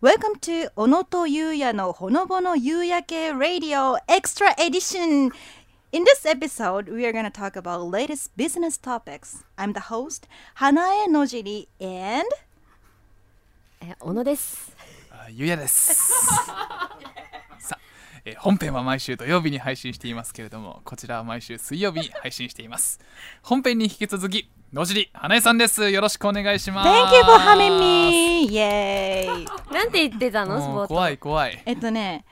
Welcome to 小野とゆうやのほのぼの夕焼け Radio Extra Edition! In this episode, we are going to talk about latest business topics. I'm the host, Hanae Nojiri, and え小野です。あゆう やです。さあ、えー本編は毎週土曜日に配信していますけれども、こちらは毎週水曜日に配信しています。本編に引き続き、野尻花江さんです。よろしくお願いします。 Thank you for having me! イエーイなんて言ってたのスもポーうツ。怖い怖い。えっとね、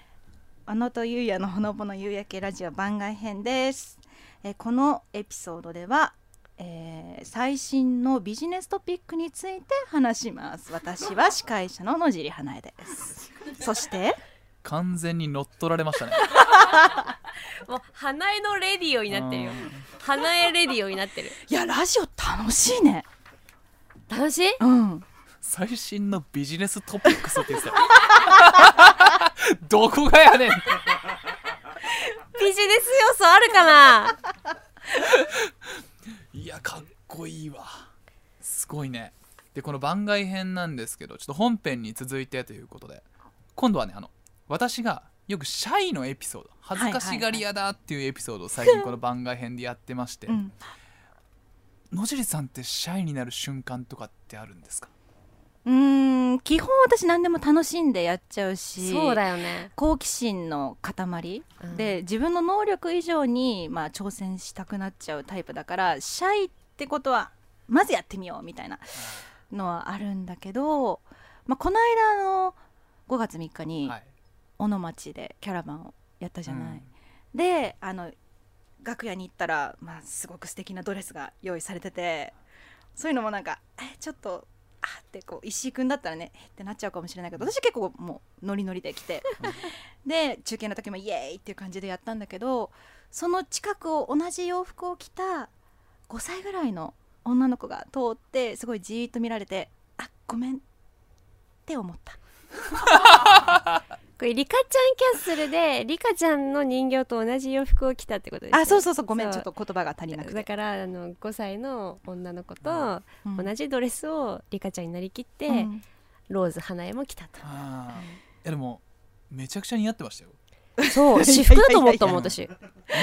小野とゆうやのほのぼの夕焼けラジオ番外編です。えこのエピソードでは、えー最新のビジネストピックについて話します。私は司会者の野尻花江 です。そして、完全に乗っ取られましたね。もう花江のレディオになってるようん。花江レディオになってる。いや、ラジオ楽しいね。楽しい？うん。最新のビジネストピックスって言って たよ。どこがやねんビジネス要素あるかな？いやかっこいいわすごいねでこの番外編なんですけどちょっと本編に続いてということで今度はねあの私がよくシャイのエピソード恥ずかしがり屋だっていうエピソードを最近この番外編でやってまして、うん、野尻さんってシャイになる瞬間とかってあるんですかうーん基本私何でも楽しんでやっちゃうしそうだよね。好奇心の塊うんで自分の能力以上に、まあ、挑戦したくなっちゃうタイプだからシャイってことはまずやってみようみたいなのはあるんだけど、まあ、この間あの5月3日にはい小野町でキャラバンをやったじゃない。うんであの楽屋に行ったら、まあ、すごく素敵なドレスが用意されててそういうのもなんかえちょっとあってこう石井君だったらねえってなっちゃうかもしれないけど私結構もうノリノリで来てで中継の時もイエーイっていう感じでやったんだけどその近くを同じ洋服を着た5歳ぐらいの女の子が通ってすごいじーっと見られてあごめんって思ったこれリカちゃんキャッスルでリカちゃんの人形と同じ洋服を着たってことですよ。あそうそうそうごめんちそょうっと言葉が足りなくだて、からあの5歳の女の子とうん同じドレスをリカちゃんになりきって、うんローズ花江も着たと。あーいやでもめちゃくちゃ似合ってましたよそう私 服私服だだとと思思っったたももんん私。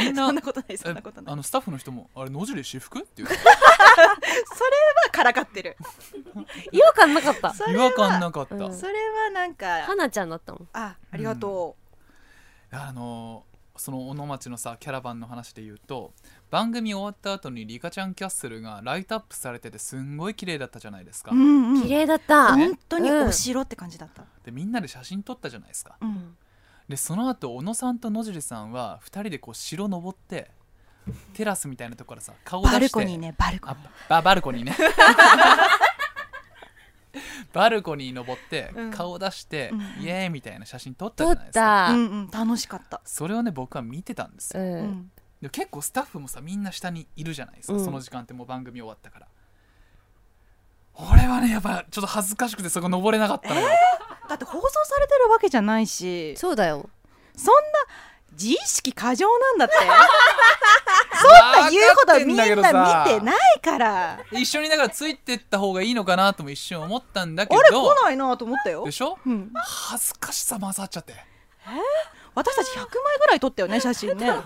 みんそなんなこと ないそんなえことないあのスタッフの人もあれ野尻私服っていうそれはからかってる違和感なかっ た。それ違は和感なかった、うんそれはなんか花ちゃんだったもん。あありがとあのその小野町のさキャラバンの話で言うと番組終わった後にリカちゃんキャッスルがライトアップされててすんごい綺麗だったじゃないですか、う、うんうん、綺麗だった。本当にうんお城って感じだった、でみんなで写真撮ったじゃないですかうんでその後小野さんと野尻さんは2人でこう城登ってテラスみたいなとこからさ顔出してバルコニーねバルコニあーババルコ ニーねバルコニー登ってうん顔出して、うんイエーイみたいな写真撮ったじ撮ゃないっですかた。うんうん楽しかった、それをね僕は見てたんですよう。うんん、でも結構スタッフもさみんな下にいるじゃないですか、うんその時間ってもう番組終わったから俺はねやっぱちょっと恥ずかしくてそこ登れなかったのよ、だって放送されてるわけじゃないしそうだよ。そんな自意識過剰なんだってそんな言うことみんな見ていないから一緒にだからついてった方がいいのかなとも一瞬思ったんだけ俺ど来ないなと思ったよで、しょうん、恥ずかしさ勝っちゃって、私たち100枚ぐらい撮ったよね写真ねうん、い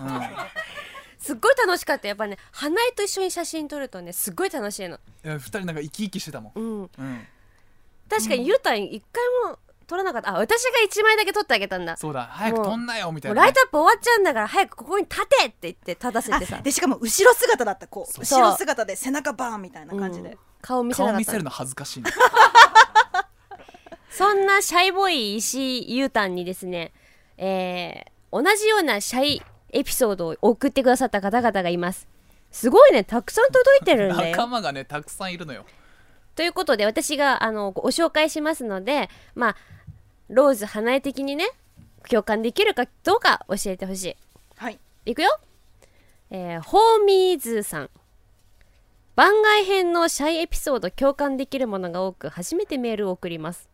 すっごい楽しかったやっぱね花江と一緒に写真撮るとねすっごい楽しいのや二人なんか生き生きしてたもん、うんうん、確かにゆうたん一回も撮らなかったあ私が一枚だけ撮ってあげたんだそうだ早くもう撮んなよみたもいうラなね、イトアップ終わっちゃうんだから早くここに立てって言って立たせあ てさでしかも後ろ姿だったこうそう後ろ姿で背中バーンみたいな感じで、うん顔見せな顔かっ見せたるの恥ずかしいのそんなシャイボーイ石井ゆうたんにですねえー、同じようなシャイエピソードを送ってくださった方々がいますすごいねたくさん届いてるんだよ仲間がねたくさんいるのよということで私があのご紹介しますのでまあローズ花江的にね共感できるかどうか教えてほしはいいいくよえー、ホーミーズーさん番外編のシャイエピソード共感できるものが多く初めてメールを送ります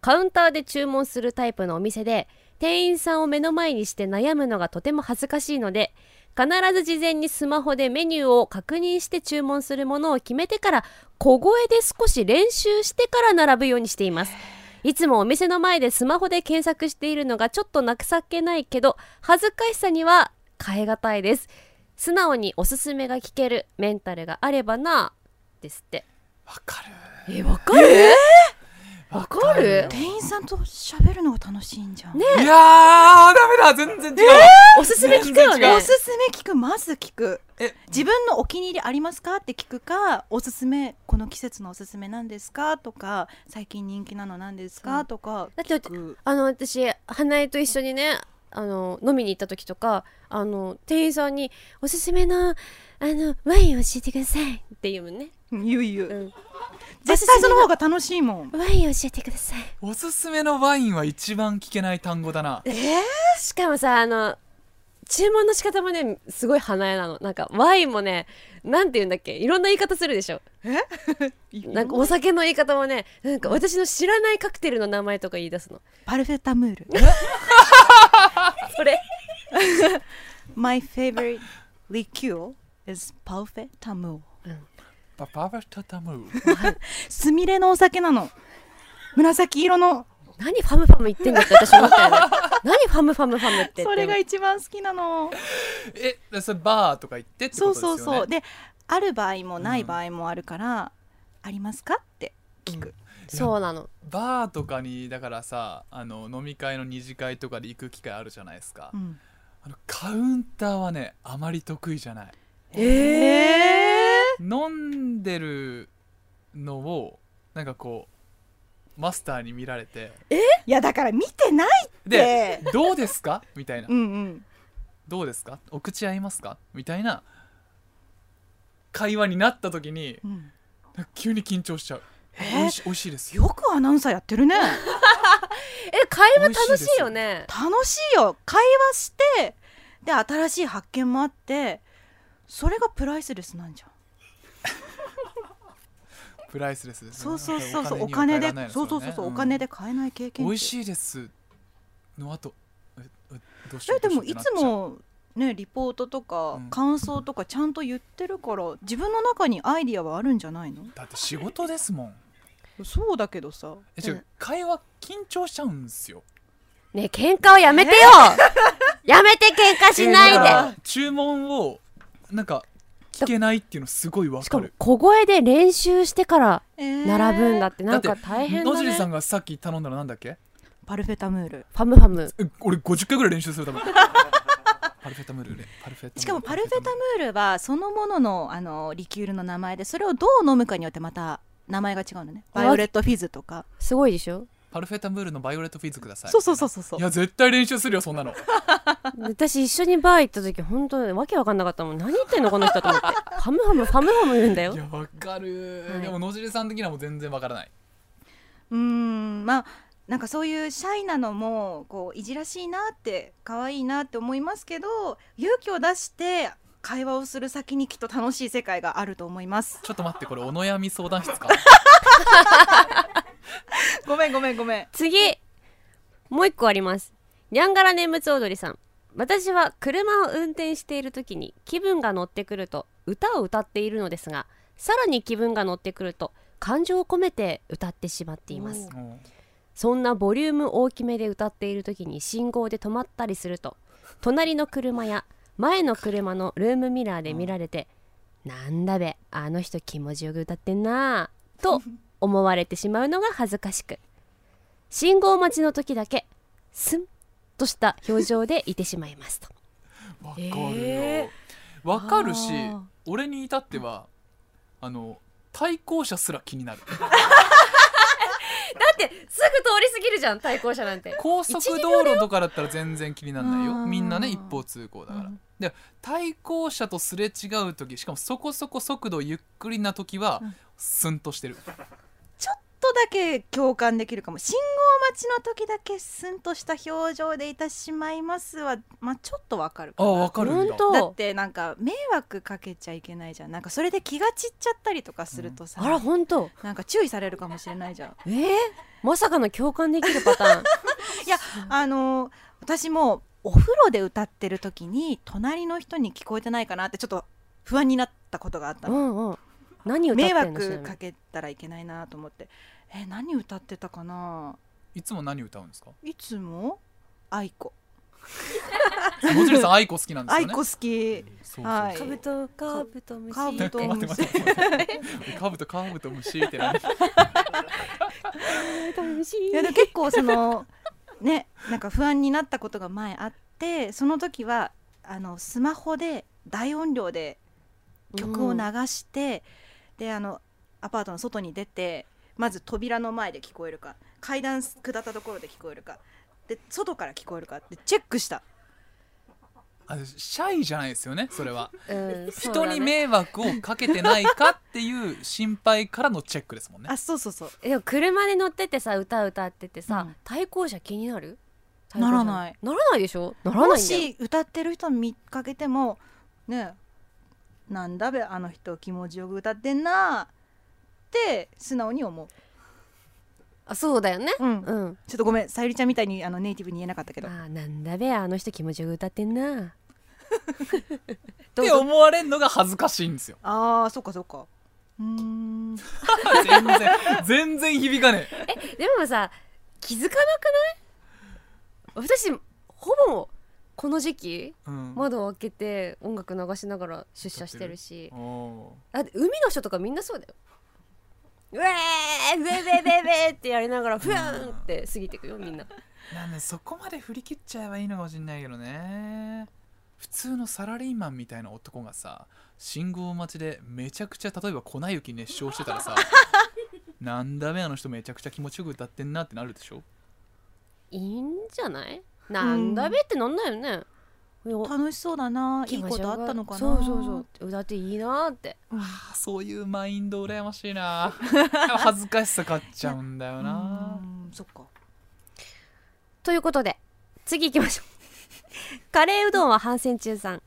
カウンターで注文するタイプのお店で店員さんを目の前にして悩むのがとても恥ずかしいので必ず事前にスマホでメニューを確認して注文するものを決めてから小声で少し練習してから並ぶようにしていますいつもお店の前でスマホで検索しているのがちょっと情けないけど恥ずかしさには変えがたいです素直におすすめが聞けるメンタルがあればなですってわかるえわかる、わかるよ店員さんと喋るのが楽しいんじゃん、ね、いやーダメだ全然違う、おすすめ聞くよねおすすめ聞くまず聞くえ自分のお気に入りありますかって聞くかおすすめこの季節のおすすめなんですかとか最近人気なのなんですかとかだって聞くあの私花江と一緒にねあの飲みに行った時とかあの店員さんに「おすすめのあのワイン教えてください」って言うもんねゆうゆう、うん絶対その方が楽しいもん「ワイン教えてくださいおすすめのワインは一番聞けない単語だな」しかもさあの注文の仕方もねすごい花江なのなんかワインもねなんて言うんだっけいろんな言い方するでしょなんかお酒 の言い方もねなんか私の知らないカクテルの名前とか言い出すのパルフェタムールそれ My favorite liqueur is パルフェタムールパパパタタムすみれのお酒なの紫色の何ファムファム言ってんだって私思った よね何ファムファムファムってってそれが一番好きなの えでそれバーとか行ってってことそうですよそねうそうである場合もない場合もあるから、ありますかって聞く、そうなのバーとかにだからさあの飲み会の二次会とかで行く機会あるじゃないですか、うんあのカウンターはねあまり得意じゃないえ飲んでるのをなんかこうマスターに見られていやだから見てないで「どうですか?」みたいなうんうん「どうですかお口合いますか?」みたいな会話になった時にうんなんか急に緊張しちゃうえおいしおいしいですよよくアナウンサーやってるねえ会話楽しいよね楽しいよ会話してで新しい発見もあってそれがプライスレスなんじゃんプライスレスです、ね、そうそうそうそうお金でそうそうそうそうお金で買えない経験おいいしいですの後ええどうしよえうどでうもしよういってなっちつゃうもねリポートとかうん感想とかちゃんと言ってるから、自分の中にアイディアはあるんじゃないのだって仕事ですもんそうだけどさえ違う、うん会話緊張しちゃうんですよねえ喧嘩はやめてよやめて喧嘩しだかないら注文をなんか聞けないっていうのすごいわでしかかもる小声で練習してから並ぶんだえーってなんか大変野だ尻ねさんがさっき頼んだのなんだっけパルフェタムールファムファムえ俺50回ぐらい練習す るためパルフェタムルーレパルフェタムルーレしかもパルフェタムールはそのもののあのリキュールの名前でそれをどう飲むかによってまた名前が違うのねバイオレットフィズとかすごいでし ょパルフェタムールのバイオレットフィーズくださいそうそうそうそうそうや絶対練習するよそんなの私一緒にバー行った時本当にわけわかんなかったもん何言ってんのこの人と思ってファムファムファムファム言うんだよいやわかる、はいでも野尻さん的にはもう全然わからないうーんまあなんかそういうシャイなのもこういじらしいなって可愛いなって思いますけど勇気を出して会話をする先にきっと楽しい世界があると思いますちょっと待ってこれお悩み相談室か ごめんごめんごめん次もう一個ありますにゃんがら念仏踊りさん私は車を運転している時に気分が乗ってくると歌を歌っているのですがさらに気分が乗ってくると感情を込めて歌ってしまっていますうんそんなボリューム大きめで歌っている時に信号で止まったりすると隣の車や前の車のルームミラーで見られて「なんだべあの人気持ちよく歌ってんなあ」と思われてしまうのが恥ずかしく信号待ちの時だけスンとした表情でいてしまいますとわかるよ、えわかるあしー俺に至ってはあの対向車すら気になるだってすぐ通り過ぎるじゃん対向車なんて高速道路とかだったら全然気にならないあよーみんなね一方通行だから、うんで対向車とすれ違う時しかもそこそこ速度ゆっくりな時は、うんスンとしてるちょっとだけ共感できるかも信号待ちの時だけスンとした表情でいたしまいますはまあちょっとわかるあかなわかるんだ本当だってなんか迷惑かけちゃいけないじゃんなんかそれで気が散っちゃったりとかするとさ、あら本当なんか注意されるかもしれない じゃんえー、まさかの共感できるパターンあのー私もお風呂で歌ってる時に隣の人に聞こえてないかなってちょっと不安になったことがあった うの、んうん何歌迷ってんのちなみ惑にかけたらいけないなと思ってえ何歌ってたかないつも何歌うんですかいつ も愛子もちろんさ ん愛子好きなんですよ愛ね子好きそうそうそうはいカブトカブトムシカブト 待って待って待ってカブトカブトムシって何 ムシいやでも結構そのねなんか不安になったことが前あってその時はあのスマホで大音量で曲を流して、であのアパートの外に出てまず扉の前で聞こえるか階段下ったところで聞こえるかで外から聞こえるかってチェックしたあシャイじゃないですよねそれは、うんそう人だねに迷惑をかけてないかっていう心配からのチェックですもんねあそうそうそうでも車で乗っててさ歌歌っててさ、うん対向車気になるならない対向車ならないでしょならもないんだよし歌ってる人見かけてもねえなんだべあの人気持ちよく歌ってんなって素直に思あそうだよねう、うん、うんちょっとごめんさゆりちゃんみたいにあのネイティブに言えなかったけどあなんだべあの人気持ちよく歌ってんなどっうてぞ思われるのが恥ずかしいん ですよあーそっかそっかうーん全然全然響かねえでもさ気づかなくない私ほぼこの時期うん窓を開けて音楽流しながら出社してるしおだって海の人とかみんなそうだようえーウェーウェーウェーウェーってやりながらふーんって過ぎていくよみんなーなんでそこまで振り切っちゃえばいいのかもしれないけどね普通のサラリーマンみたいな男がさ信号待ちでめちゃくちゃ例えば粉雪熱唱してた らさなんだべあの人めちゃくちゃ気持ちよく歌ってんなってなるでしょいいんじゃないなんだべってなんだよね、いや楽しそうだないいことあったのかなそうそうそう歌っていいなーってあーそういうマインド羨まし いな恥ずかしさ買っちゃうんだようなーんそっかということで次行きましょう カレーうどんは反省中さん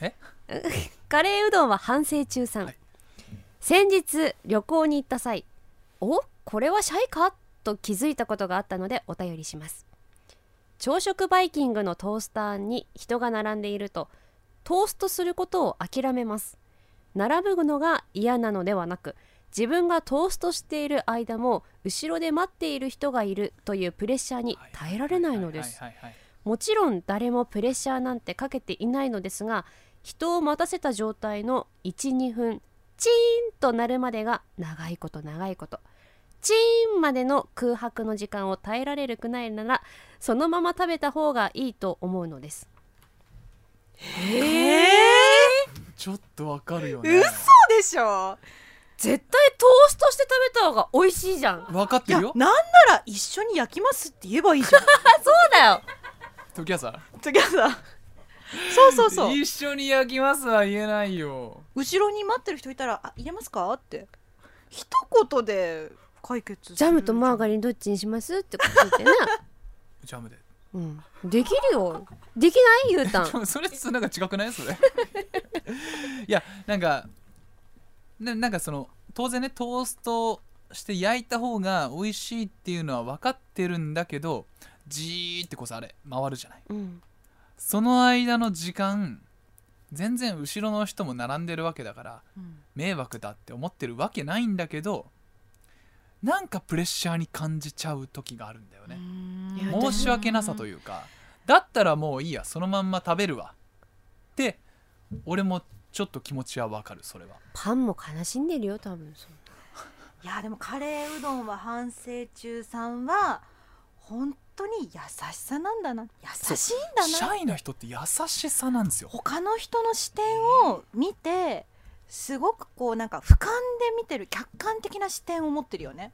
え カレーうどんは反省中さん、はい先日旅行に行った際おこれはシャイかと気づいたことがあったのでお便りします朝食バイキングのトースターに人が並んでいるとトーストすることを諦めます並ぶのが嫌なのではなく自分がトーストしている間も後ろで待っている人がいるというプレッシャーに耐えられないのですはいはいはいはいもちろん誰もプレッシャーなんてかけていないのですが人を待たせた状態の12分チーンとなるまでが長いこと長いことチーンまでの空白の時間を耐えられるくないならそのまま食べた方がいいと思うのですえちょっとわかるよー、ね嘘でしょ絶対トーストして食べた方が美味しいじゃんそう分かっいてやるなんよなら一緒に焼きますって言えばいいじ ゃんだよ時矢さん次はさそうそうそう一緒に焼きますは言えないよ後ろに待ってる人いたら「あ入れますか?」って一言で解決するジャムとマーガリンどっちにしますってことでね、ジャムで うん、できるよできないゆうたんそれなんか違くないそ れいやなんかななんかその当然ねトーストして焼いた方が美味しいっていうのは分かってるんだけどじーってこそあれ回るじゃないうんその間の時間全然後ろの人も並んでるわけだからうん迷惑だって思ってるわけないんだけどなんかプレッシャーに感じちゃう時があるんだよね、いや申し訳なさとういうかだったらもういいやそのまんま食べるわって俺もちょっと気持ちはわかるそれはパンも悲しんでるよ多分そんないやでもカレーうどんは反省中さんは本当に優しさなんだな優しいんシだなャイな人って優しさなんですよ他の人の視点を見てすごくこうなんか俯瞰で見てる客観的な視点を持ってるよね、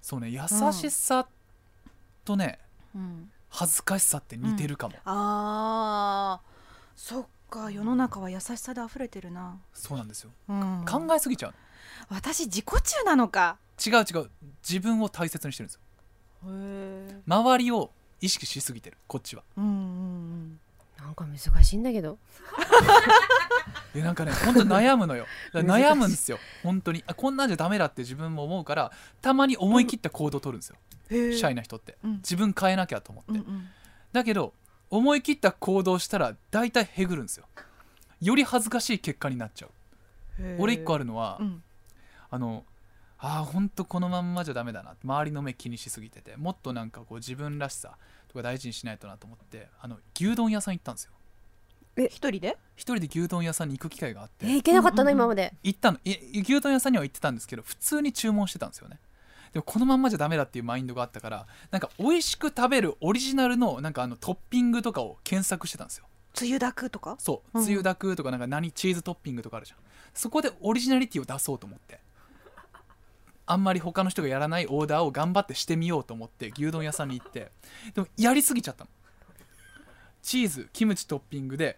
そうね優しさとね恥ずかしさって似てるかも、あーそっか世の中は優しさで溢れてるな、そうなんですようん考えすぎちゃう私自己中なのか違う違う自分を大切にしてるんですよへえ周りを意識しすぎてるこっちはうんうんなんか難しいんだけどいやなんかね本当悩む のよだから難しい悩むんですよ本当にあこんなんじゃダメだって自分も思うからたまに思い切った行動を取るんですよ、うんへえシャイな人ってうん自分変えなきゃと思って、うんうんだけど思い切った行動したら大体へぐるんですよより恥ずかしい結果になっちゃう、俺一個あるるのは、うんあのああほんとこのまんまじゃダメだな周りの目気にしすぎててもっとなんかこう自分らしさとか大事にしないとなと思ってあの牛丼屋さん行ったんですよ一人で一人で牛丼屋さんに行く機会があってえー、いけなかったな、うんうん今うまで行ったのい牛丼屋さんには行ってたんですけど普通に注文してたんですよねでもこのまんまじゃダメだっていうマインドがあったからなんか美味しく食べるオリジナルのなんかあのトッピングとかを検索してたんですよ梅雨だくとかそううんつゆだくとかなんか何チーズトッピングとかあるじゃんそこでオリジナリティを出そうと思ってあんまり他の人がやらないオーダーを頑張ってしてみようと思って牛丼屋さんに行ってでもやりすぎちゃったのチーズキムチトッピングで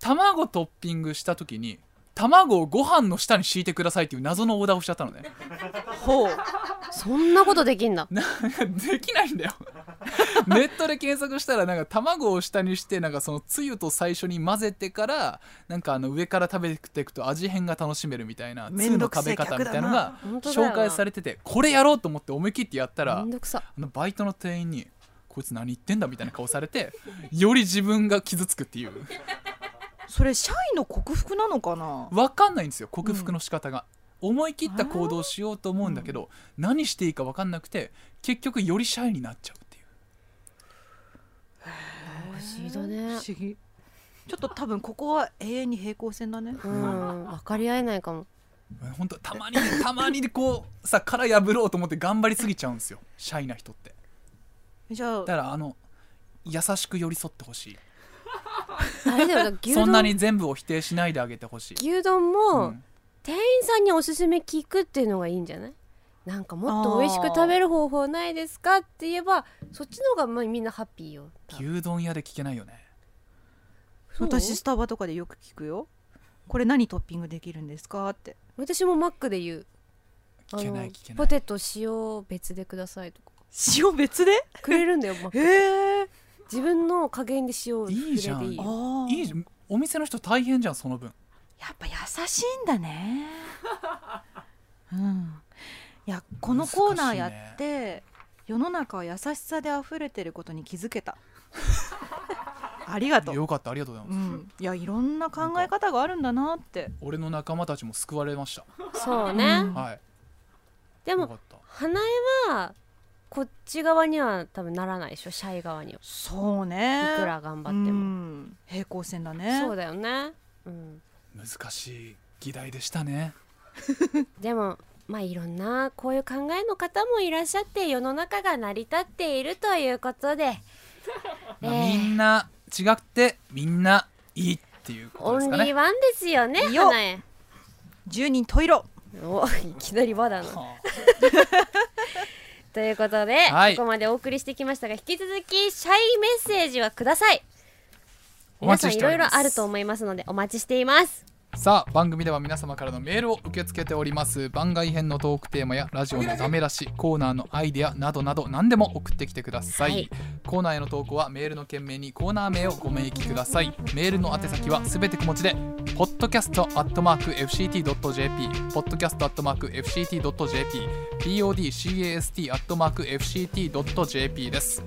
卵トッピングした時に卵をご飯の下に敷いてくださいっていう謎のオーダーをしちゃったのねほうそんなことできんだなんか できないんだよ ネットで検索したらなんか卵を下にしてなんかそのつゆと最初に混ぜてからなんかあの上から食べていくと味変が楽しめるみたいなつめゆんのどく食せべえ方み客だなたいのが本当だよな紹介されててこれやろうと思って思い切ってやっためらんどくさあのバイトの店員に「こいつ何言ってんだ」みたいな顔されてより自分が傷つくっていうそれ社員の克服なのかなわかんないんですよ克服の仕方が、思い切った行動をしようと思うんだけど、何していいかわかんなくて結局よりシャイになっちゃうっていう。不思議だね不思議ちょっと多分ここは永遠に平行線だねうん分かり合えないか も本当たまにたまにこうさ殻破ろうと思って頑張りすぎちゃうんですよシャイな人ってじゃあだからあの優しく寄り添ってほしあれだよい牛そんなに丼全部を否定しないであげてほしい、牛丼うも、ん店員さんにおすすめ聞くっていうのがいいんじゃないなんかもっと美味しく食べる方法ないですかって言えばそっちの方がまあみんなハッピーよ多分牛丼屋で聞けないよねそう私スタバとかでよく聞くよこれ何トッピングできるんですかって私もマックで言うあの聞けない聞けなポいテト塩別でくださいとか塩別でくれるんだよマックへえ自分の加減で塩をいいじゃん入れていいあよいいじゃんお店の人大変じゃんその分やっぱ優しいんだねうんいやこのコーナーやって、世の中は優しさで溢れてることに気づけた ありがとうよかったありがとうございうます、ん、いやいろんな考え方があるんだなって俺の仲間たちも救われました、そうねうんはいでよもかった花江はこっち側には多分ならないでしょシャイ側にはそうねいくら頑張うっても、ん平行線だねそうだよね、うん、難しい議題でしたねでもまあいろんなこういう考えの方もいらっしゃって世の中が成り立っているということでまあええみんな違ってみんないいっていうこオとンリですかーねワンですよねいいよ花江10人十色おいきなり和だなは ということで、はいここまでお送りしてきましたが引き続きシャイメッセージはくださいあお皆待さんちしいておろりいまろすあると思いますのでお待ちしていますさあ番組では皆様からのメールを受け付けております番外編のトークテーマやラジオのダメ出しコーナーのアイデアなどなど何でも送ってきてください、はいコーナーへの投稿はメールの件名にコーナー名をご明記くださいメールの宛先はすべて小文字で podcast.fct.jp podcast.fct.jp podcast.fct.jp です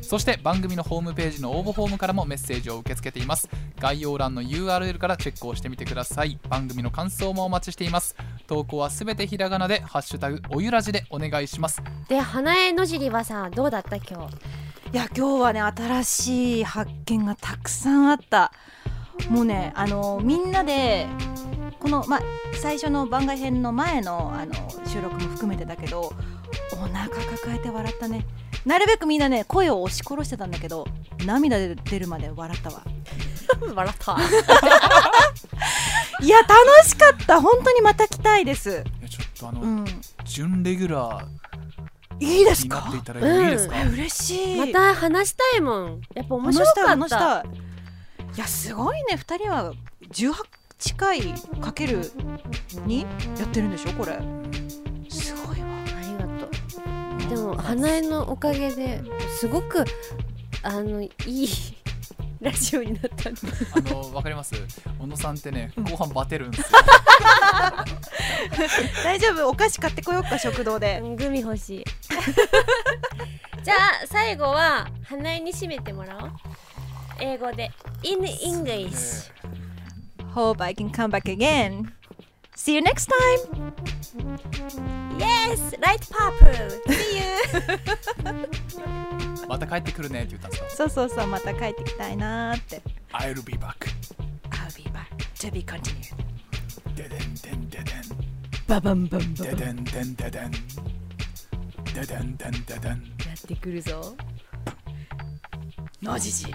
そして番組のホームページの応募フォームからもメッセージを受け付けています概要欄の URL からチェックをしてみてください番組の感想もお待ちしています投稿はすべてひらがなで「ハッシュタグおゆらじ」でお願いしますで花江のじりはさどうだった今日いや今日はね新しい発見がたくさんあったもうねあのみんなでこの、まあ、最初の番外編の前のあの収録も含めてだけどお腹抱えて笑ったねなるべくみんなね声を押し殺してたんだけど涙で出るまで笑ったわ 笑ったいや楽しかった本当にまた来たいですいやちょっとあの、うん準レギュラーいいですになかっていただいていいですか、え嬉しいまた話したいもんやっぱ面白かった話したい話したいいやすごいね二人は18回かけるにやってるんでしょこれすごいわありがとうでも花江のおかげですごくあのいい ラジオになったんであのわかります小野さんってね後半バテるんですよ大丈夫お菓子買ってこようか食堂でグミ欲 しいじゃあ最後は花江に締めてもらおう英語で In English ね Hope I can come back again See you next time! Yes! Light Purple! また帰ってくるねって言ったんですよそうそうそう、また帰ってきたいなーって。 I'll be back I'll be back to be continued. ででんでんででんババンバンバ ででんでんででんででんでんででんやってくるぞ。ン。のじじい。